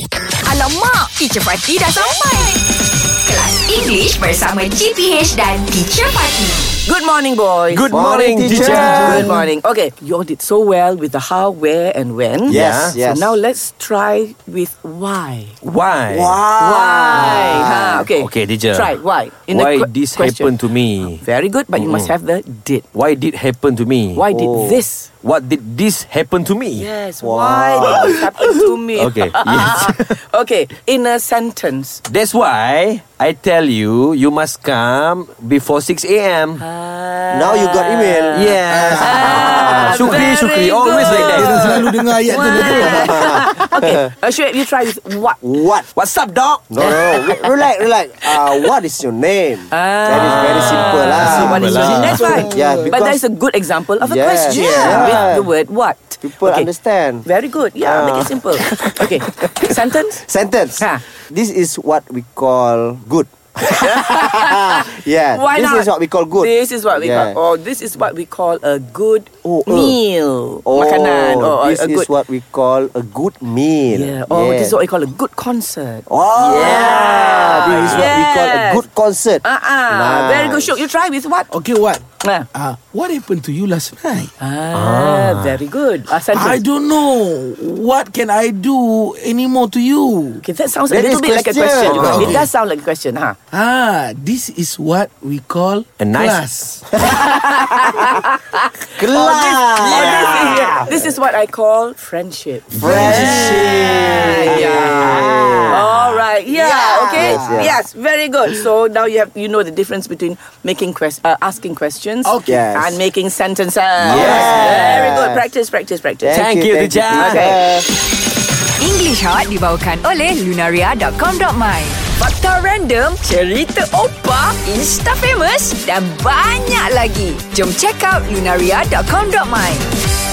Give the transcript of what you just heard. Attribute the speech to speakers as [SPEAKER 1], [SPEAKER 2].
[SPEAKER 1] Kacau Mak Teacher Fatih dah sampai Kelas English bersama GPH dan Teacher Fatih
[SPEAKER 2] Good morning, boys.
[SPEAKER 3] Good morning,
[SPEAKER 4] Morning, teacher.
[SPEAKER 3] teacher.
[SPEAKER 2] Good morning. Okay, you all did so well with the how, where, and when.
[SPEAKER 4] Yes,
[SPEAKER 2] So
[SPEAKER 4] yes.
[SPEAKER 2] now let's try with why.
[SPEAKER 3] Why?
[SPEAKER 2] Why? Ha, okay.
[SPEAKER 3] Okay, teacher.
[SPEAKER 2] Try why. In the
[SPEAKER 3] Why
[SPEAKER 2] que-
[SPEAKER 3] this
[SPEAKER 2] question.
[SPEAKER 3] happened to me?
[SPEAKER 2] Very good, but you must have the did.
[SPEAKER 3] Why did happen to me?
[SPEAKER 2] Why did
[SPEAKER 3] Oh.
[SPEAKER 2] this?
[SPEAKER 3] What did this happen to me?
[SPEAKER 2] Yes. Why did this happen to me?
[SPEAKER 3] Okay. Yes.
[SPEAKER 2] okay. In a sentence.
[SPEAKER 3] That's why I tell you, you must come before 6 a.m.
[SPEAKER 2] Ah.
[SPEAKER 4] Now you got email.
[SPEAKER 3] Yes.
[SPEAKER 2] Ah,
[SPEAKER 3] Shukri,
[SPEAKER 2] very
[SPEAKER 3] Shukri, always
[SPEAKER 2] good.
[SPEAKER 3] like
[SPEAKER 5] Dia dah
[SPEAKER 3] that.
[SPEAKER 5] selalu dengar ayat tu
[SPEAKER 2] okay. Uh, Shoaib, you try with what?
[SPEAKER 4] What?
[SPEAKER 3] What's up, dog?
[SPEAKER 4] No, no, no. Re- relax, relax. Uh, what is your name? That is very simple lah.
[SPEAKER 2] So Ah. what is
[SPEAKER 3] Simple
[SPEAKER 2] your-
[SPEAKER 3] lah.
[SPEAKER 2] That's right.
[SPEAKER 4] Yeah,
[SPEAKER 2] but
[SPEAKER 4] because-
[SPEAKER 2] that is a good example of a
[SPEAKER 4] Yes.
[SPEAKER 2] question
[SPEAKER 4] Yeah.
[SPEAKER 2] with the word what.
[SPEAKER 4] People
[SPEAKER 2] Okay.
[SPEAKER 4] understand. Ah.
[SPEAKER 2] Very good. Yeah, make it simple. Okay. Sentence?
[SPEAKER 4] Sentence.
[SPEAKER 2] Ha.
[SPEAKER 4] This is what we call good. yeah.
[SPEAKER 2] Why
[SPEAKER 4] this
[SPEAKER 2] not?
[SPEAKER 4] is what we call good.
[SPEAKER 2] This is what we
[SPEAKER 4] Yeah.
[SPEAKER 2] call. Oh, this is what we call a good
[SPEAKER 4] Oh, uh.
[SPEAKER 2] meal.
[SPEAKER 4] Oh,
[SPEAKER 2] Makanan. Or a-
[SPEAKER 4] this
[SPEAKER 2] a good.
[SPEAKER 4] is what we call a good meal.
[SPEAKER 2] yeah. Oh,
[SPEAKER 4] Yeah.
[SPEAKER 2] this is what we call a good concert.
[SPEAKER 4] Oh,
[SPEAKER 2] Yeah.
[SPEAKER 4] This is what we call a
[SPEAKER 2] Yes.
[SPEAKER 4] good concert.
[SPEAKER 2] Ah, ah. Very good.
[SPEAKER 4] Nice.
[SPEAKER 2] Show. You try with what?
[SPEAKER 5] Okay, what?
[SPEAKER 2] Ah,
[SPEAKER 5] Uh, what happened to you last night?
[SPEAKER 2] ah. very good. Ah, sentence.
[SPEAKER 5] I don't know. What can I do anymore to you?
[SPEAKER 2] Okay, that sounds a
[SPEAKER 4] That
[SPEAKER 2] little
[SPEAKER 4] is
[SPEAKER 2] bit like a question.
[SPEAKER 4] question.
[SPEAKER 2] juga.
[SPEAKER 3] Ah,
[SPEAKER 2] It
[SPEAKER 3] okay.
[SPEAKER 2] does sound like a question, huh?
[SPEAKER 5] Ah, this is what we call
[SPEAKER 3] A nice-
[SPEAKER 5] class.
[SPEAKER 4] Kelas.
[SPEAKER 2] Oh, this, is, this is what I call friendship.
[SPEAKER 4] Friendship.
[SPEAKER 2] Ah,
[SPEAKER 3] 네.
[SPEAKER 2] Yeah. Ah. All right. Yeah. Okay. Yes,
[SPEAKER 4] Yes, yes.
[SPEAKER 2] Very good. So now you have you know the difference between making quest- uh, asking questions
[SPEAKER 4] Okay. Yes.
[SPEAKER 2] and making sentences.
[SPEAKER 4] Yes.
[SPEAKER 2] Very good. Practice. Practice. Practice.
[SPEAKER 3] Thank you,
[SPEAKER 4] thank you,
[SPEAKER 3] teacher.
[SPEAKER 2] Okay.
[SPEAKER 1] English Hot dibawakan oleh Lunaria.com.my Fakta random, cerita opa, insta famous dan banyak lagi. Jom check out Lunaria.com.my